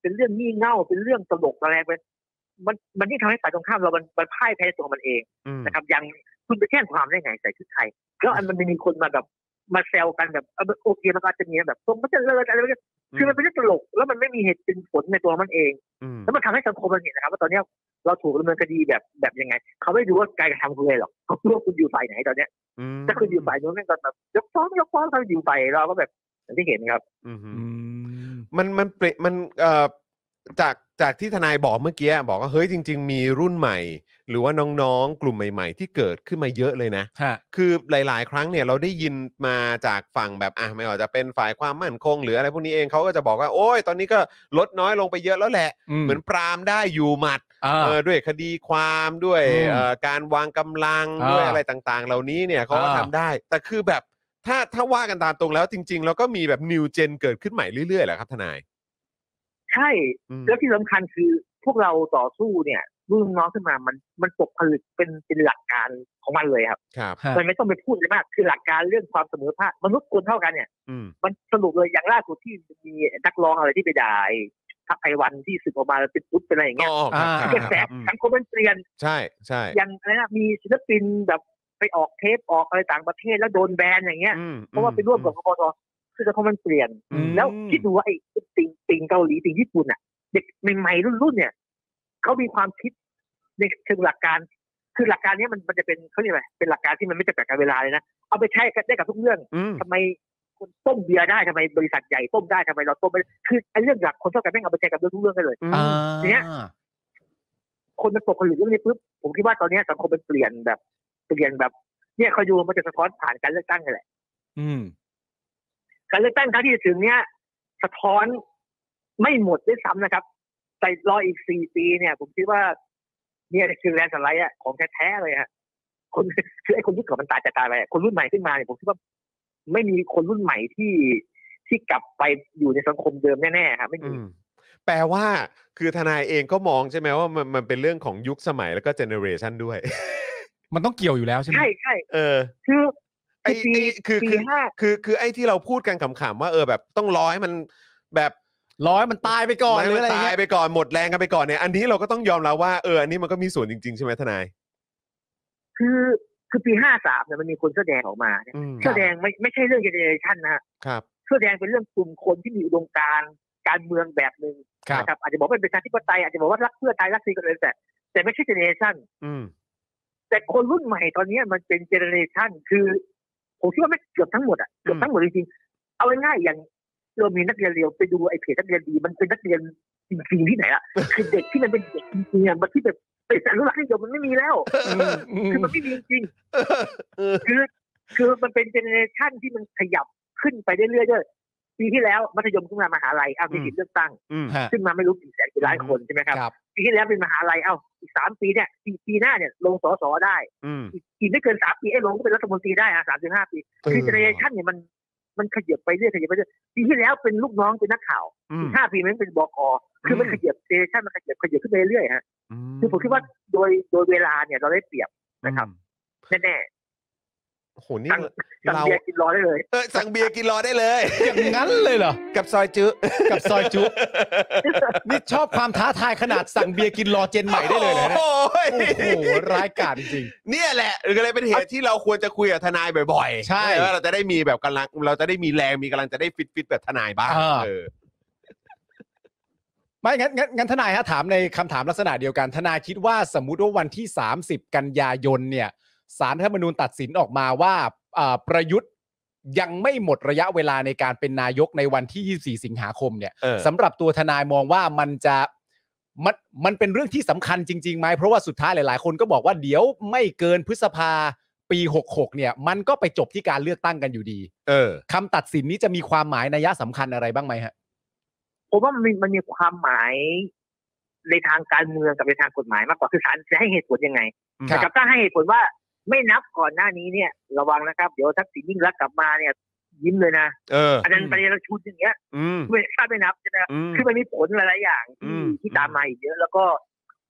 เป็นเรื่องงี่เง่าเป็นเรื่องตลกอะไรไปมันมันยิ่งทำให้ฝ่ายตรงข้ามเรามันมันพ่ายแพ้ตัวมันเอง
อืม
นะครับยังคุณไปแจ้งความได้ไงใส่ชุดไทยแล้วอันมันมีคนมาแบบมาแซวกันแบบเออโอเคมันก็อาจจะมีแบบตรงมันจะเลิศอะไรแบบนี้คือมันเป็นเรื่องตลก แล้วมันไม่มีเหตุเป็นผลในตัวมันเอง
อืม
แล้วมันทำให้สังคมมันเห็นนะครับว่าตอนเนี้ยเราถูกดำเนินคดีแบบแบบยังไง เขาไม่ดูว่าการกระทำคุณเลยหรอกเขาดูว่าคุณอยู่ฝ่ายไหนตอนเนี้ย
อืม
ถ้าคุณอยู่ฝ่ายนู้นแม่งก็แบบยกฟ้องยกฟ้องเขาอยู่ฝ่ายเราก็แบบอย่างที่เห็นครับ
อืม
อืม
มันมันเปรมันเอ่อจากจากที่ทนายบอกเมื่อกี้บอกว่าเฮ้ยจริง ๆ มีรุ่นใหม่ หรือว่าน้องๆ กลุ่มใหม่ ๆ ที่เกิดขึ้นมาเยอะเลยนะ
ฮะ
คือหลาย ๆ ครั้งเนี่ยเราได้ยินมาจากฝั่งแบบอ่ะไม่ว่าจะเป็นฝ่ายความมั่นคง หรืออะไรพวกนี้เองเขาก็จะบอกว่าโอ้ยตอนนี้ก็ลดน้อยลงไปเยอะแล้วแหละ เหมือนปรามได้อยู่หมัด
อ่า
เออด้วยคดีความด้วย
อืม
เอ่อการวางกำลัง
อ่า
ด้วยอะไรต่างๆ เหล่านี้เนี่ยเขาก็
อ่า
ทำได้ แต่คือแบบถ้าถ้าว่ากันตามตรงแล้วจริง ๆ แล้วก็มีแบบนิวเจนเกิดขึ้นใหม่เรื่อยๆแหละครับทนาย
ใช่
อืม
แล้วที่สำคัญคือพวกเราต่อสู้เนี่ยรุ่นน้องขึ้นมามันมันตกผลึกเป็นเป็นหลักการของมันเลยครับ
ครับ
ฮะ
มันไม่ต้องไปพูดเลยมากคือหลักการเรื่องความเสมอภาคมนุษย์ควรเท่ากันเนี่ย
อืม
มันสรุปเลยอย่างล่าสุดที่มีนักร้องอะไรที่ไปด่าไอ้ทักไอวันที่สึกออกมาเป็นปุ๊บเป็นอะไรอย่าง
อ๋อค
เงี้ย
รับ
อ่า
ครับ
กระแส
ครับอืม
สังคมมันเปลี่ยน
ใช่ใช่
อย่างอะไรนะมีศิลปินแบบไปออกเทปออกอะไรต่างประเทศแล้วโดนแบนอย่างเงี้ย
อืม
เพราะว่าไปร่วมกับกบฏคือสังคมมันเปลี่ยน
อืม
แล้วคิดดูว่าไอ้ติ่งติ่งเกาหลีติ่งญี่ปุ่นอ่ะ เด็กใหม่ๆรุ่นรุ่นๆเนี่ยเขามีความคิดในเชิงหลักการ คือหลักการเนี้ยมันมันจะเป็นเขาเรียกอะไรเป็นหลักการที่มันไม่จำกัดการเวลาเลยนะเอาไปใช้กันได้กับทุกเรื่อง
อืม
ทำไมคนต้มเบียร์ได้ทำไมบริษัทใหญ่ต้มได้ทำไมเราต้มไม่ได้คือไอ้เรื่องหลักคนเท่ากันแม่งเอาไปใช้กับเรื่องทุกเรื่องได้เลย
อืม
อ่า
เนี่ย คนมันตกผลึกเรื่องนี้ปุ๊บผมคิดว่าตอนเนี้ยสังคมมันเปลี่ยนแบบเปลี่ยนแบบ เนี่ยคอยดูมันจะสะท้อนผ่านการเลือกตั้งนี่แหละ
อืม
การเลือกตั้งครั้งที่จะถึงเนี้ยสะท้อนไม่หมดด้วยซ้ำนะครับ แต่รออีกสี่ปีเนี่ย ผมคิดว่า เนี่ยคือแลนด์สไลด์อะของแท้ๆเลยฮะคนคือไอ้คนรุ่นเก่ามันตายจะตายไปอะคนรุ่นใหม่ขึ้นมาเนี่ยผมคิดว่า ไม่มีคนรุ่นใหม่ที่ที่กลับไปอยู่ในสังคมเดิมแน่ๆครับไม่
อื
มี
มแปลว่าคือทนายเองก็มองใช่ไหมว่ามันมันเป็นเรื่องของยุคสมัยแล้วก็เจเนอเรชันด้วย
มันต้องเกี่ยวอยู่แล้วใช่ไหม
ใช่ใช่
เออ
คือ
ไอ้
คือ
ไอ้คือ
ปีปี
คือ
ห้า
คือคือไอ้ที่เราพูดกันขำๆว่าเออแบบต้องรอให้มันแบบ
ร้อยมันตายไปก่อนหรืออะไร
ตา
เงี้
ย
ย
ไปก่อนหมดแรงกันไปก่อนเนี่ยอันนี้เราก็ต้องยอมรับว่าเอออันนี้มันก็มีส่วนจริง ๆ ใช่ไหมทนาย
คือคือปีห้าสามเนี่ยมันมีคนเสื้อแดงออกมาเนี่ย
ครั
เสื้
บ
อแดงไม่ไม่ใช่เรื่องเจเนอเรชันนะฮะ
ครับ
เสื้อแดงเป็นเรื่องกลุ่มคนที่มีอุดมการณ์การเมืองแบบหนึ่ง
ครับ
นะครับอาจจะบอกว่าเป็นประชาธิปไตยอาจจะบอกว่ารักเพื่อไทยรักซีกันเลยแต่แต่ไม่ใช่เจเนอเรชัน
อืม
แต่คนรุ่นใหม่ตอนเนี้ยมันเป็นเจเนอเรชันคือผมคิดว่าไม่เกือบทั้งหมดอ่ะเกือบทั้งหมดจริงๆเอาง่ายๆอย่างเรามีนักเรียนเร็วไปดูไอ้เพจนักเรียนดีมันเป็นนักเรียนจริงๆที่ไหนอ่ะ คือเด็กที่มันเป็นเด็กจริงๆอะมันที่แบบเป็นอนุรักษ์นิยมมันไม่มีแล้ว
อืมอืม
คือมันไม่มีจริง
เออ
คือ คือมันเป็นเจเนอเรชันที่มันขยับขึ้นไปเรื่อยๆด้วยปีที่แล้วมัธยมขึ้นมามหาลัยอ้าวมีสิทธิ์เลือกตั้ง
อืม
ฮะ
ขึ้นมาไม่รู้กี่แสนกี่ล้านคนใช่ไหมครับ
ครับ
ปีที่แล้วเป็นมหาลัยเอ้าอีกสามปีเนี่ยปีปีหน้าเนี่ยลงสสได้
อืม
อีกอีกไม่เกินสามปีไอ้ลงก็เป็นรัฐมนตรีได้อ่ะสามถึงห้าปีคือเจเนอเรชันเนี่ยมันมันขยับไปเรื่อยขยับไปเรื่อยปีที่แล้วเป็นลูกน้องเป็นนักข่าว
อืม
อีกห้าปีมันเป็นบกคือมันขยับเจเนอเรชันมันขยับขยับขึ้นไปเรื่อยๆฮะคือผมคิดว่าโดยโดยเวลาเนี่ยเราได้เปรียบ นะครับ แน่
โอ้โหนี่
ๆสั่งสั่ง
เรา
เบียร์กินร้อนได้เลย
เออสั่งเบียร์กินรอได้เลย
อย่างนั้นเลยเหรอ
กับซอยจื้อ
กับซอย จุนี่ชอบความท้าทายขนาดสั่งเบียร์กินรอเจนใหม่ได้เลยนะเนี่ย
โอ้โห
โอ้โหร้ายกาจจริง
เนี่ยแหละก็เลยเป็นเหตุที่เราควรจะคุยกับทนายบ่อยๆ
ใช่
ว่าเราจะได้มีแบบกำลังเราจะได้มีแรงมีกำลังจะได้ฟิตฟิตๆแบบทนายบ้าง
อ่า
เออ
ไม่งั้นงั้นงั้นทนายฮะถามในคำถามลักษณะเดียวกัน ทนายคิดว่าสมมุติว่าวันที่ 30 กันยายนเนี่ยสารรัฐธรรมนูญตัดสินออกมาว่าอ่าประยุทธ์ยังไม่หมดระยะเวลาในการเป็นนายกในวันที่ 24 สิงหาคมเนี่ย
เออ
สำหรับตัวทนายมองว่ามันจะมันมันเป็นเรื่องที่สำคัญจริงๆไหมเพราะว่าสุดท้ายหลายๆ คนก็บอกว่าเดี๋ยวไม่เกินพฤษภาปี 66 เนี่ย มันก็ไปจบที่การเลือกตั้งกันอยู่ดี
เออ
คำตัดสินนี้จะมีความหมายนัยสำคัญอะไรบ้างไหมฮะ
ผมว่ามันมีมันมีความหมายในทางการเมืองกับในทางกฎหมายมากกว่าคือศาลจะให้เหตุผลยังไง
ครับ
นะครับถ้าให้เหตุผลว่าไม่นับก่อนหน้านี้เนี่ย ระวังนะครับ เดี๋ยวทักษิณยิ่งรักษณ์กลับมาเนี่ยยิ้มเลยนะ
เออ
อันนั้น
อืม
ประเด็นเราชุดอย่างเงี้ย
อืม
ไม่ถ้าไม่นับใช่ไหมครับ
อืม
คือมันมีผลหลายๆอย่าง
อื
ที่
ม
ที่ตามมาอีกเยอะ แล้วก็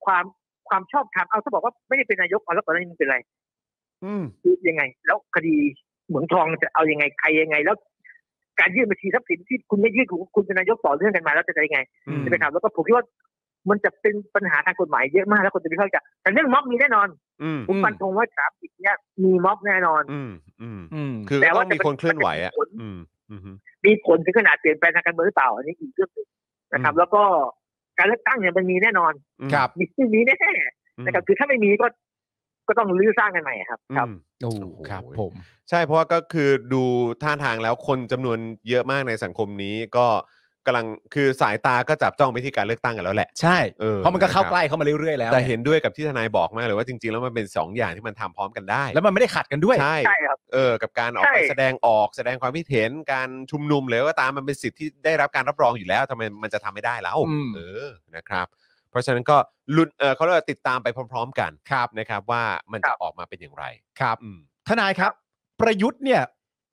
ความความชอบธรรมเอาถ้าบอกว่าไม่ได้เป็นนายกเอาแล้วก่อนหน้านี้มันเป็นอะไร
อืม
คือยังไง แล้วคดีเหมืองทองจะเอายังไงใครยังไง แล้ว การยื่นบัญชีทรัพย์สินที่คุณไม่ยื่นคุณคุณเป็นนายกต่อเรื่องกันมาแล้วจะได้ยังไง
อืม
ใช่ไหมครับแล้วก็ผมคิดว่ามันจะเป็นปัญหาทางกฎหมายเยอะมากแล้วคนจะไม่เข้าใจแต่เรื่องม็อบมีแน่นอน
อืม
ผมฟันธงว่าสามสิบเนี่ยมีม็อบแน่นอน
อืมอืม
อืม
คือ
แต่
ก็ต้
ว่า
องมีคนเคลื่อนไหวอ่ะ
ผล
อืมอืม
มีผลถึงขนาดเปลี่ยนแปลงทางการเมืองหรือเปล่าอันนี้อีกเรื่องหนึงนะครับ
อืม
แล้วก็การเลือกตั้งเนี่ยมันมีแน่นอน
อืม
ครับ
มีที่มีแน่ๆนะครับคือถ้าไม่มีก็ ก็ต้องรื้อสร้างกันใหม่ครับครับ
อืม
โอ้
โอ้โห
ครับผม
ใช่เพราะว่าก็คือดูท่าทางแล้วคนจำนวนเยอะมากในสังคมนี้ก็กำลังคือสายตาก็จับจ้องไปที่การเลือกตั้งกันแล้วแหละ
ใช่
เออ
เพราะมันก็เข้าใกล้เข้ามาเรื่อยๆแล้ว
แต่เห็นด้วยกับที่ทนายบอกมากเลยว่าจริงๆแล้วมันเป็น 2 อย่างที่มันทำพร้อมกันได้
แล้วมันไม่ได้ขัดกันด้วย
ใช่
ใช่ครับ
เออกับการออกไป
ใช่
แสดงออกแสดงความคิดเห็นการชุมนุมหรือว่าตามมันเป็นสิทธิ์ที่ได้รับการรับรองอยู่แล้วทำไมมันจะทำไม่ได้แล้ว
อืม
เออนะครับ เพราะฉะนั้นก็ลุ้นเออเขาเรียกว่าติดตามไปพร้อม ๆ กัน
ครับ
นะครับว่ามันจะออกมาเป็นอย่างไร
ครับ
อืม
ทนายครับ ประยุทธ์เนี่ย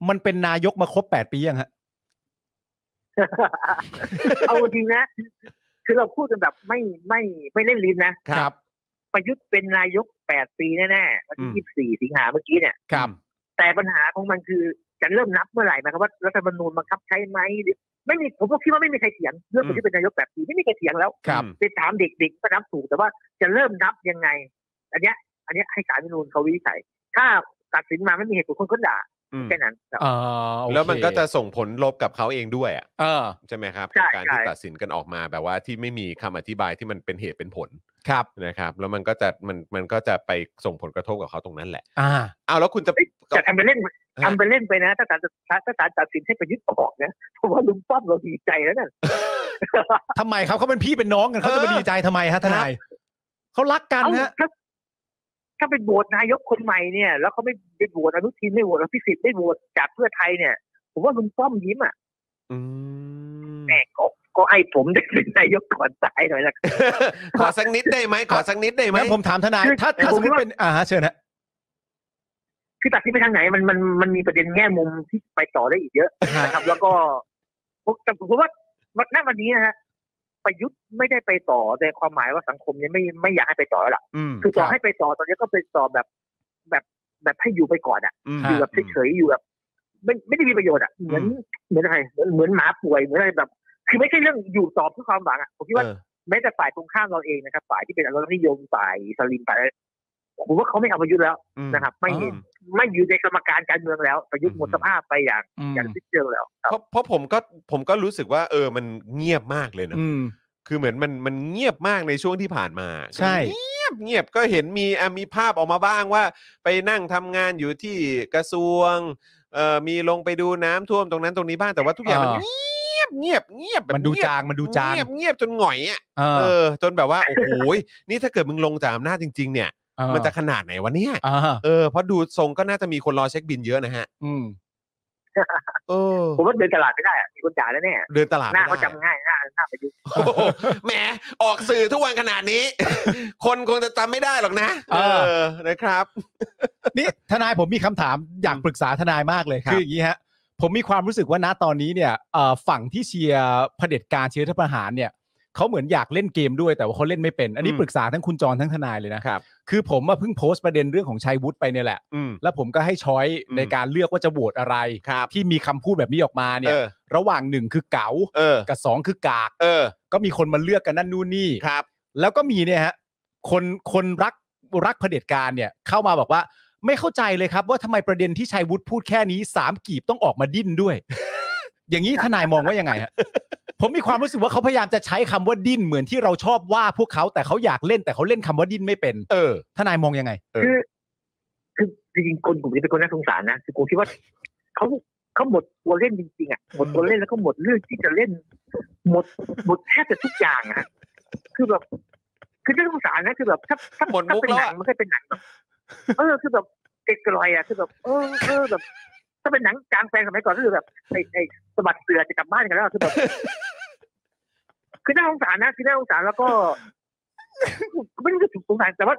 มันเป็นนายกมาครบ 8 ปียังฮะ
เอาจริงนะ คือเราพูดกันแบบไม่ไม่ไม่เล่นลิ้นนะ
ครับ
ประยุทธ์เป็นนายก 8 ปีแน่ๆ วันที่ 24 สิงหาเมื่อกี้เนี่ย
ครับ
แต่ปัญหาของมันคือจะเริ่มนับเมื่อไหร่นะครับว่ารัฐธรรมนูญบังคับใช้ไหมหรือไม่มีผมก็คิดว่าไม่มีใครเถียงเรื่องประยุทธ์เป็นนายก 8 ปีไม่มีใครเถียงแล้ว
ครับ
ไปถามเด็กๆก็นับถูกแต่ว่าจะเริ่มนับยังไง อันเนี้ย อันเนี้ยให้ศาลรัฐธรรมนูญเขาวินิจฉัยถ้าตัดสินมาไม่มีเหตุผลคนก็ด่า
อืม
แค่นั้นครับ
อ่าโอเค
แล้วมันก็จะส่งผลลบกับเขาเองด้วยอ่ะ
เออ
ใช่ไหมครับ
ใช่
กับการที่
ใช่
ตัดสินกันออกมาแบบว่าที่ไม่มีคำอธิบายที่มันเป็นเหตุเป็นผล
ครับ
นะครับ แล้วมันก็จะมันมันก็จะไปส่งผลกระทบกับเขาตรงนั้นแหละ
อ่า
เอาวแล้วคุณจะ
จะทำไปเล่น
ฮะ
ทำไปเล่นไปนะถ้าศาลถ้าศาลตัดสินให้ประยุทธ์ออกนะเพราะว่าลุงป้อมเราดีใจแล้วนั่น
ทำไมครับเขาเป็นพี่เป็นน้องกันเขาจะมาดีใจทำไมฮะทนายเขารักกันฮะ
เอ้าถ้าถ้าเป็นโหวตนายกคนใหม่เนี่ย แล้วเขาไม่ไปโหวตอนุทินไม่โหวตอภิสิทธิ์ไม่โหวตจากเพื่อไทยเนี่ย ผมว่าลุงป้อมยิ้มอ่ะ
อืม
แหมก็ก็ไอ้ผมได้เป็นนายกก่อนตายหน่อยละกัน
ขอสักนิดได้ไหมขอสักนิดได้ไหม
งั้นผมถามทนาย
คือ
ถ้าถ้า
ผ
ส
ม
มมติ
ว่า
เป็น อ่าฮะเชิญฮะ
คือตัดที่ไปทางไหนมันมันมันมีประเด็นแง่มุมที่ไปต่อได้อีกเยอะนะครับ แล้วก็ผมแต่ผมว่าณวันนี้นะฮะประยุทธ์ไม่ได้ไปต่อในความหมายว่าสังคมยังไม่ไม่อยากให้ไปต่อแล้วล่ะ
อืม
คือต่อ
ครับ
ให้ไปต่อตอนนี้ก็ไปต่อแบบแบบแบบให้อยู่ไปก่อนอ่ะ
ม
อยู่แบบเฉยๆอยู่แบบไม่ไม่ได้มีประโยชน์อ่ะเหมือนเหมือนอะไรเหมือนเหมือนหมาป่วยเหมือนอะไรแบบ คือไม่ใช่เรื่องอยู่ต่อเพื่อความหวังอ่ะผมคิดว่า
เออ
แม้แต่ฝ่ายตรงข้ามเราเองนะครับฝ่ายที่เป็นอนุรักษนิยมฝ่ายสลิมฝ่ายอะไรผมว่าเขาไม่เอาประยุทธ์แล้ว
อืม
นะครับ ไม่
อืม
ไม่อยู่ในกรรมการการเมืองแล้ว ประยุทธ์หมดสภาพไปอย่าง
อืม
อย่างสิ้นเชิงแล้วครับ
เพราะเพราะผมก็ผมก็รู้สึกว่า เออมันเงียบมากเลยนะ
อืม
คือเหมือนมันมันเงียบมากในช่วงที่ผ่านมา
ใช่
เงียบเงียบก็เห็นมีอ่ะมีภาพออกมาบ้างว่า ไปนั่งทำงานอยู่ที่กระทรวงเอ่อมีลงไปดูน้ำท่วมตรงนั้นตรงนี้บ้างแต่ว่าทุกอย่างมันเงียบเงียบเงียบแบบ
มันดู
เงียบ
จางมันดูจาง
เงียบเงียบจนหงอยอ่ะ
เออ
เออ จนแบบว่า โอ้โหยนี่ถ้าเกิดมึงลงจากอำนาจจริง ๆ เนี่ย
เออ
มันจะขนาดไหนวะเนี่ย
อ่า
เออเพราะดูทรงก็น่าจะมีคนรอเช็คบินเยอะนะฮะ
อืม
เออ
ผมว่าเดินตลาดไม่ได้อะมีคนด่าแล้วแน่
เดินตลาด
หน้า
ไม่
เขา
ได้
จำง่ายหน้าหน้าประยุกต์
โอ้โห แหมออกสื่อทุกวันขนาดนี้ คนคงจะจำไม่ได้หรอกนะ
เออ
อนะครับ
นี่ทนายผมมีคำถามอยากปรึกษาทนายมากเลย
ครับ
คืออย่างนี้ฮะผมมีความรู้สึกว่าณตอนนี้เนี่ยเอ่อฝั่งที่เชียร์เผด็จการเชียร์รัฐประหารเนี่ยเขาเหมือนอยากเล่นเกมด้วยแต่ว่าเขาเล่นไม่เป็น อันนี้ปรึกษาทั้งคุณจรทั้งทนายเลยนะครับ คือผมมาเพิ่งโพสต์ประเด็นเรื่องของชัยวุฒิไปเนี่ยแหละ
อืม
แล้วผมก็ให้ช้อย
อืม
ในการเลือกว่าจะโหวตอะไร
ครับ
ที่มีคำพูดแบบนี้ออกมาเนี่
เอย อ
ระหว่างหนึ่งคือเก๋า
เออ
กับสองคือกาก
เออ
ก็มีคนมาเลือกกันนั่นนู่นนี่
ครับ
แล้วก็มีเนี่ยฮะคนคนรักรักเผด็จการเนี่ยเข้ามาบอกว่า ไม่เข้าใจเลยครับ ว่าทำไมประเด็นที่ชัยวุฒิพูดแค่นี้สามกีบต้องออกมาดิ้นด้วย อย่างนี้ทนายมองว่ายังไงฮะ ผมมีความรู้สึกว่าเขาพยายามจะใช้คำว่าดิ้นเหมือนที่เราชอบว่าพวกเขาแต่เขาอยากเล่นแต่เขาเล่นคำว่าดิ้นไม่เป็น
เออ
ทนายมองยังไง
เออ
คือคือจริงๆคนกลุ่มนี้เป็นคนน่าสงสารนะคือกูคิดว่าเขาเขาหมดตัวเล่นจริงๆอ่ะหมดตัวเล่นแล้วก็หมดเรื่องที่จะเล่น หมดหมดแทบจะทุกอย่างอะฮะคือแบบคือน่าสงสารนะคือแบบถ้าถ้า
หมด
ถ้า
มุก
เป็น
แล้ว
หนั
อะ
งมันก็เป็นหนังแบบเออคือแบบเด็กกระลอยอ่ะคือแบบเออเออแบบ ถ้าเป็นหนังกลางแปลงสมัยก่อนก็คือแบบไอ้ไอ้สะบัดเสือจะกลับบ้านกันแล้วอะคือแบบ คือน่าสงสารนะคือน่าสงสารแล้วก็ ไม่รู้จะถูกสงสารแต่ว่า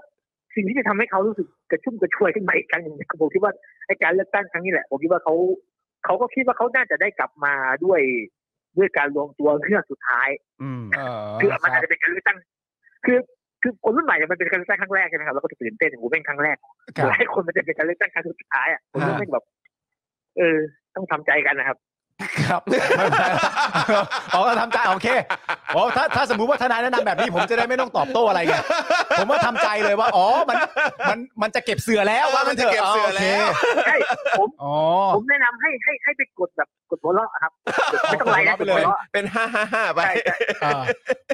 สิ่งที่จะทำให้เขารู้สึกกระชุ่มกระชวยขึ้นมาอีกครั้งหนึ่งเนี่ยผมคิดว่าไอ้การเลือกตั้งครั้งนี้แหละผมคิดว่าเขาเขาก็คิดว่าเขาน่าจะได้กลับมาด้วยด้วยการรวมตัวเพื่อสุดท้าย
อืม
เออ
คือมันอาจจะเป็นการเลือกตั้ง คือคือคนรุ่นใหม่เนี่ยมันเป็นการเลือกตั้งครั้งแรกใช่ไหมครับแล้วก็ตื่นเต้นโอ้โหเป็นครั้งแรก
ครับ
หลายคนมันจะเป็นการเลือกตั้งครั้งสุดท้ายอ่ะผมว่า
อ่า
แม่งแบบ เออ ต้องทำใจกัน นะครับ
ครับ ไม่เป็นไรอ๋อทำใจโอเคอ๋อถ้าถ้าสมมุติว่าทนายแนะนำแบบนี้ผมจะได้ไม่ต้องตอบโต้อะไรไงผมว่าทำใจเลยว่าอ๋อมันมันมันจะเก็บเสือแล้วว่ามั
มัน
นถ
จะเก็บเสือแล้ว
ใช่ผม
อ๋อ
ผมแนะนำให้ให้ให้ไปกดแบบกดหัวเราะอะครับ ไม่ต้องไลน์นะกด หัวเราะ
เป็น ห้าห้าห้าไป
ใช่ใช่
เออ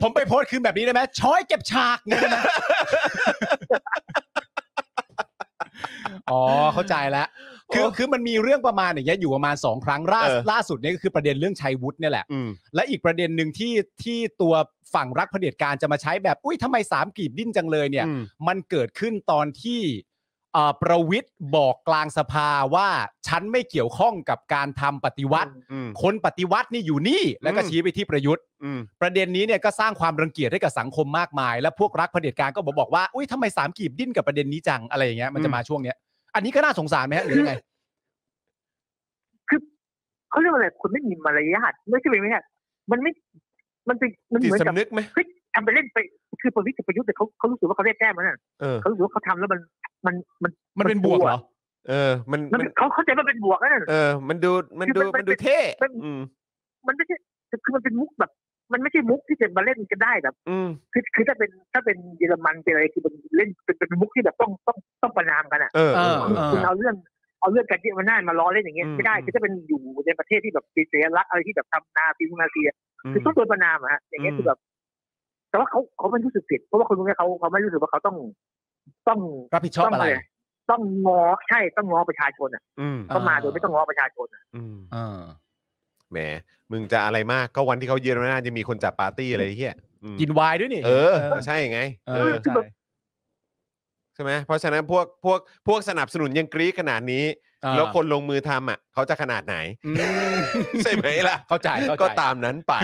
ผมไปโพสต์คืนแบบนี้ได้ไหมช้อยเก็บฉากเงี้ยได้ไหมอ๋อเข้าใจแล้วคือ
โอ้
คือมันมีเรื่องประมาณอย่างเงี้ยอยู่ประมาณสองครั้งล่า
เออ
ล่าสุดเนี่ยก็คือประเด็นเรื่องชัยวุฒิเนี่ยแหละ
อืม
และอีกประเด็นหนึ่งที่ที่ตัวฝั่งรักเผด็จการจะมาใช้แบบอุ้ยทำไมสามกีบดิ้นจังเลยเนี่ย
อืม
มันเกิดขึ้นตอนที่เอ่อประวิทย์บอกกลางสภาว่าฉันไม่เกี่ยวข้องกับการทำปฏิวัติ
อืม
คนปฏิวัตินี่อยู่นี่แล้วก็
อืม
ชี้ไปที่ประยุทธ์
อืม
ประเด็นนี้เนี่ยก็สร้างความรังเกียจให้กับสังคมมากมาย และพวกรักเผด็จการก็บอกบอกว่าอุ้ยทำไมสามกีบดิ้นกับประเด็นนี้จังอะไรอย่างเงี้ยมันจะมาช่วงเนี้ยอันนี้ก็น่าสงสารไหมฮะหรือยังไง
เขาเรียกว่าอะไรคนไม่มีมารยาทไม่ใช่เป็นไม่ใช่มันไม่ มันเป็นมัน
จิต
เหมือนกับ
สำนึกไหม
เฮ้ยทำไปเล่นไป คือประวิทย์กับประยุทธ์เนี่ยเขาเขารู้สึกว่าเขาได้แต้มแล้วนะ
เออ
เขารู้สึกว่าเขาทำแล้วมันมันมัน
มันเป็นบวกเหรอ
เออ มัน
มัน
มัน
เขาเข้าใจว่าเป็นบวกแล้วนั่น
เออ มันดู มันดู
คือมัน
มันดูเท่
มัน
อืม
มันไม่ใช่คือมันเป็นมุกแบบ มันไม่ใช่มุกที่จะมาเล่นกันได้แบบ
อืม
คือคือถ้าเป็นถ้าเป็นเยอรมันเป็นอะไรคือมันเล่นเป็นเป็นมุกที่แบบต้องต้องต้องประนามกันอ่ะ
เออเออ
เอ
คือ
อ
คุณเอาเรื่องเอาเรื่องกันเยอะมาหน้ามาล้อเล่นอย่างเงี้ย
อืม
ไม่ได้
อืม
คือถ้าเป็นอยู่ในประเทศที่แบบเป็นเสียรักษณ์อะไรที่แบบทำนาฟิวนาเซีย
อืม
คือต้องโดนประนามอะฮะอย่างเงี้ย
อืม
คือแบบ แต่ว่าเขาเขาไม่รู้สึกผิดเพราะว่าคนพวกเนี้ยเขาเขาไม่รู้สึกว่าเขาต้อง ต้อง
รับผิดชอบ
ต้อง
อะไร
ต้องงอใช่ต้องงอประชาชนอ่ะ
อืม
ต้องมา
อ่า
โดยไม่ต้องงอประชาชนอะ
อืม
อ่า
แหม มึงจะอะไรมาก ก็วันที่เขาเยือนหน้าจะมีคนจัดปาร์ตี้อะไรเฮียอืม
กินไวน์ด้วยนี่
เออ ใช่ไง
เอ
เอ
อ
อ
ใช่
ใช่ไหม เพราะฉะนั้นพวก พวก พวกสนับสนุนยังกรี๊ดขนาดนี้
อ่า
แล้วคนลงมือทำอ่ะ เขาจะขนาด ไหน
อืม
ใช่ไหมล่ะ
เข้าใจเข้าใจ
ก็ตามนั้น ไป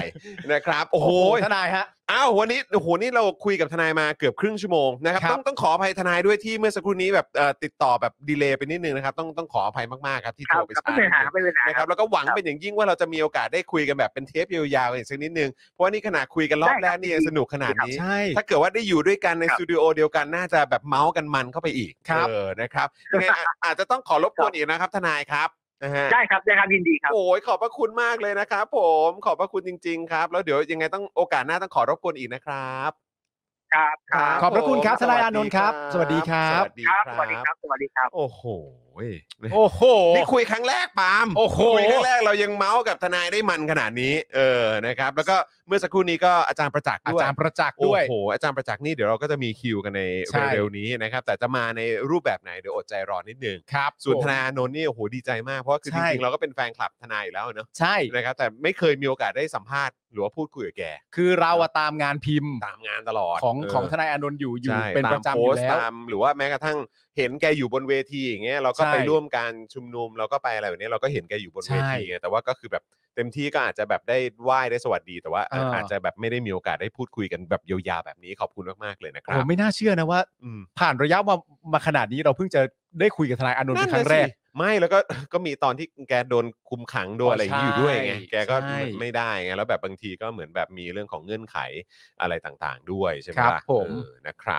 นะครับ โอ้
โอ้
โห
โหทนายฮะ
อ้าววันนี้โอ้โหนี่เราคุยกับทนายมาเกือบครึ่งชั่วโมงนะครับ
ครับ
ต้องต้องขออภัยทนายด้วยที่เมื่อสักครู่นี้แบบเอ่อติดต่อแบบดีเลย์ไปนิดนึงนะครับต้องต้องขออภัยมากๆครับที่
ค
โท
รับ
รไป
ครับ
ช้า
ไม่เป็นไรครับไม่เป็นไร
นะค
ค
รั
รั
บบ แล้วก็หวังเป็นอย่างยิ่งว่าเราจะมีโอกาสได้คุยกันแบบเป็นเทปยาวๆอีกสักนิดนึงเพราะว่านี่ขนาดคุยกันรอบ
ได้ครั
แร
บ
กนี่ยังสนุกขนาดนี้
ใช่
ถ้าเกิดว่าได้อยู่ด้วยกันใน
ครั
ส
บ
ตูดิโอเดียวกันน่าจะแบบเมาส์กันมันเข้าไปอีก
ครับ
เออนะครับยังไง อ่ะอาจจะต้องขอรบกวน
ครับ
อีกนะครับ ทนายครับนะฮะ
ได้ครับได้ครับยินดีครับ
โอ้ยขอบพระคุณมากเลยนะครับผมขอบพระคุณจริง ๆ ครับ แล้วเดี๋ยวยังไงต้องโอกาสหน้าต้องขอรบกวนอีกนะครับ
ครับ ครับ
ขอบพระคุณครับ
ผม
ทนายอานนท์ครับสวัสดีครั
ส
บ
วัสดี
ค
ค
รั
รั
บบ สวัสดีครับสวัสดีครับ
โอ้โห
โอ้โห
นี่คุยครั้งแรกปาล์ม
โอ้โห
คุยครั้งแรกเรายังเมาส์กับทนายได้มันขนาดนี้ เออนะครับ แล้วก็เมื่อสักครู่นี้ก็อาจารย์ประจักษ์
อา
ด้วย
จารย์ประจักษ์
โอ้
ด้วย
โห อาจารย์ประจักษ์นี่เดี๋ยวเราก็จะมีคิวกันใน
ใช่
เร็วๆนี้นะครับ แต่จะมาในรูปแบบไหนเดี๋ยวอดใจรอนิดนึง
ครับ
ส่วน
ผม
ธนาโนนท์นี่โอ้โหดีใจมากเพราะว่าคือ
ใช่
จริงๆเราก็เป็นแฟนคลับทนายอยู่แล้วเนอะ
ใช่
นะครับแต่ไม่เคยมีโอกาสได้สัมภาษณ์หรือว่าพูดคุยกับแก
คือเราอะตามงานพิมพ์
ตามงานตลอด
ของ
เ
ของทนายอานนท์อยู่อยู่
ใช่
เป็นประ
ตาม
จำ
โพ
อยู่
สต์
แล้ว
ตามหรือว่าแม้กระทั่งเห็นแกอยู่บนเวทีอย่างเงี้ยเราก็
ใช่
ไปร่วมการชุมนุมเราก็ไปอะไรแบบนี้เราก็เห็นแกอยู่บนเวที
ใช่
ไงแต่ว่าก็คือแบบเต็มที่ก็อาจจะแบบได้ไหว้ได้สวัสดี แต่ว่า
เอออ
อาจจะแบบไม่ได้มีโอกาสได้พูดคุยกันแบบยาวๆแบบนี้ขอบคุณมากๆเลยนะค
โอ้
รั
โห
บ
ไม่น่าเชื่อนะว่า
อืม
ผ่านระยะมามาขนาดนี้เราเพิ่งจะได้คุยกับทนายอานนท์เป็นครั้งแรก
นั่นน่ะสิไม่แล้วก็ ก็มีตอนที่แกโดนคุมขังโดนอะไรอย่างนี้อยู่ด้วยไง
ใช่
แกก็
ใช่
ไม่ได้ไงแล้วแบบบางทีก็เหมือนแบบมีเรื่องของเงื่อนไขอะไรต่างๆ ด้วยใช่ไหม
ครับ
ล่ะ
ผม
เออนะครับ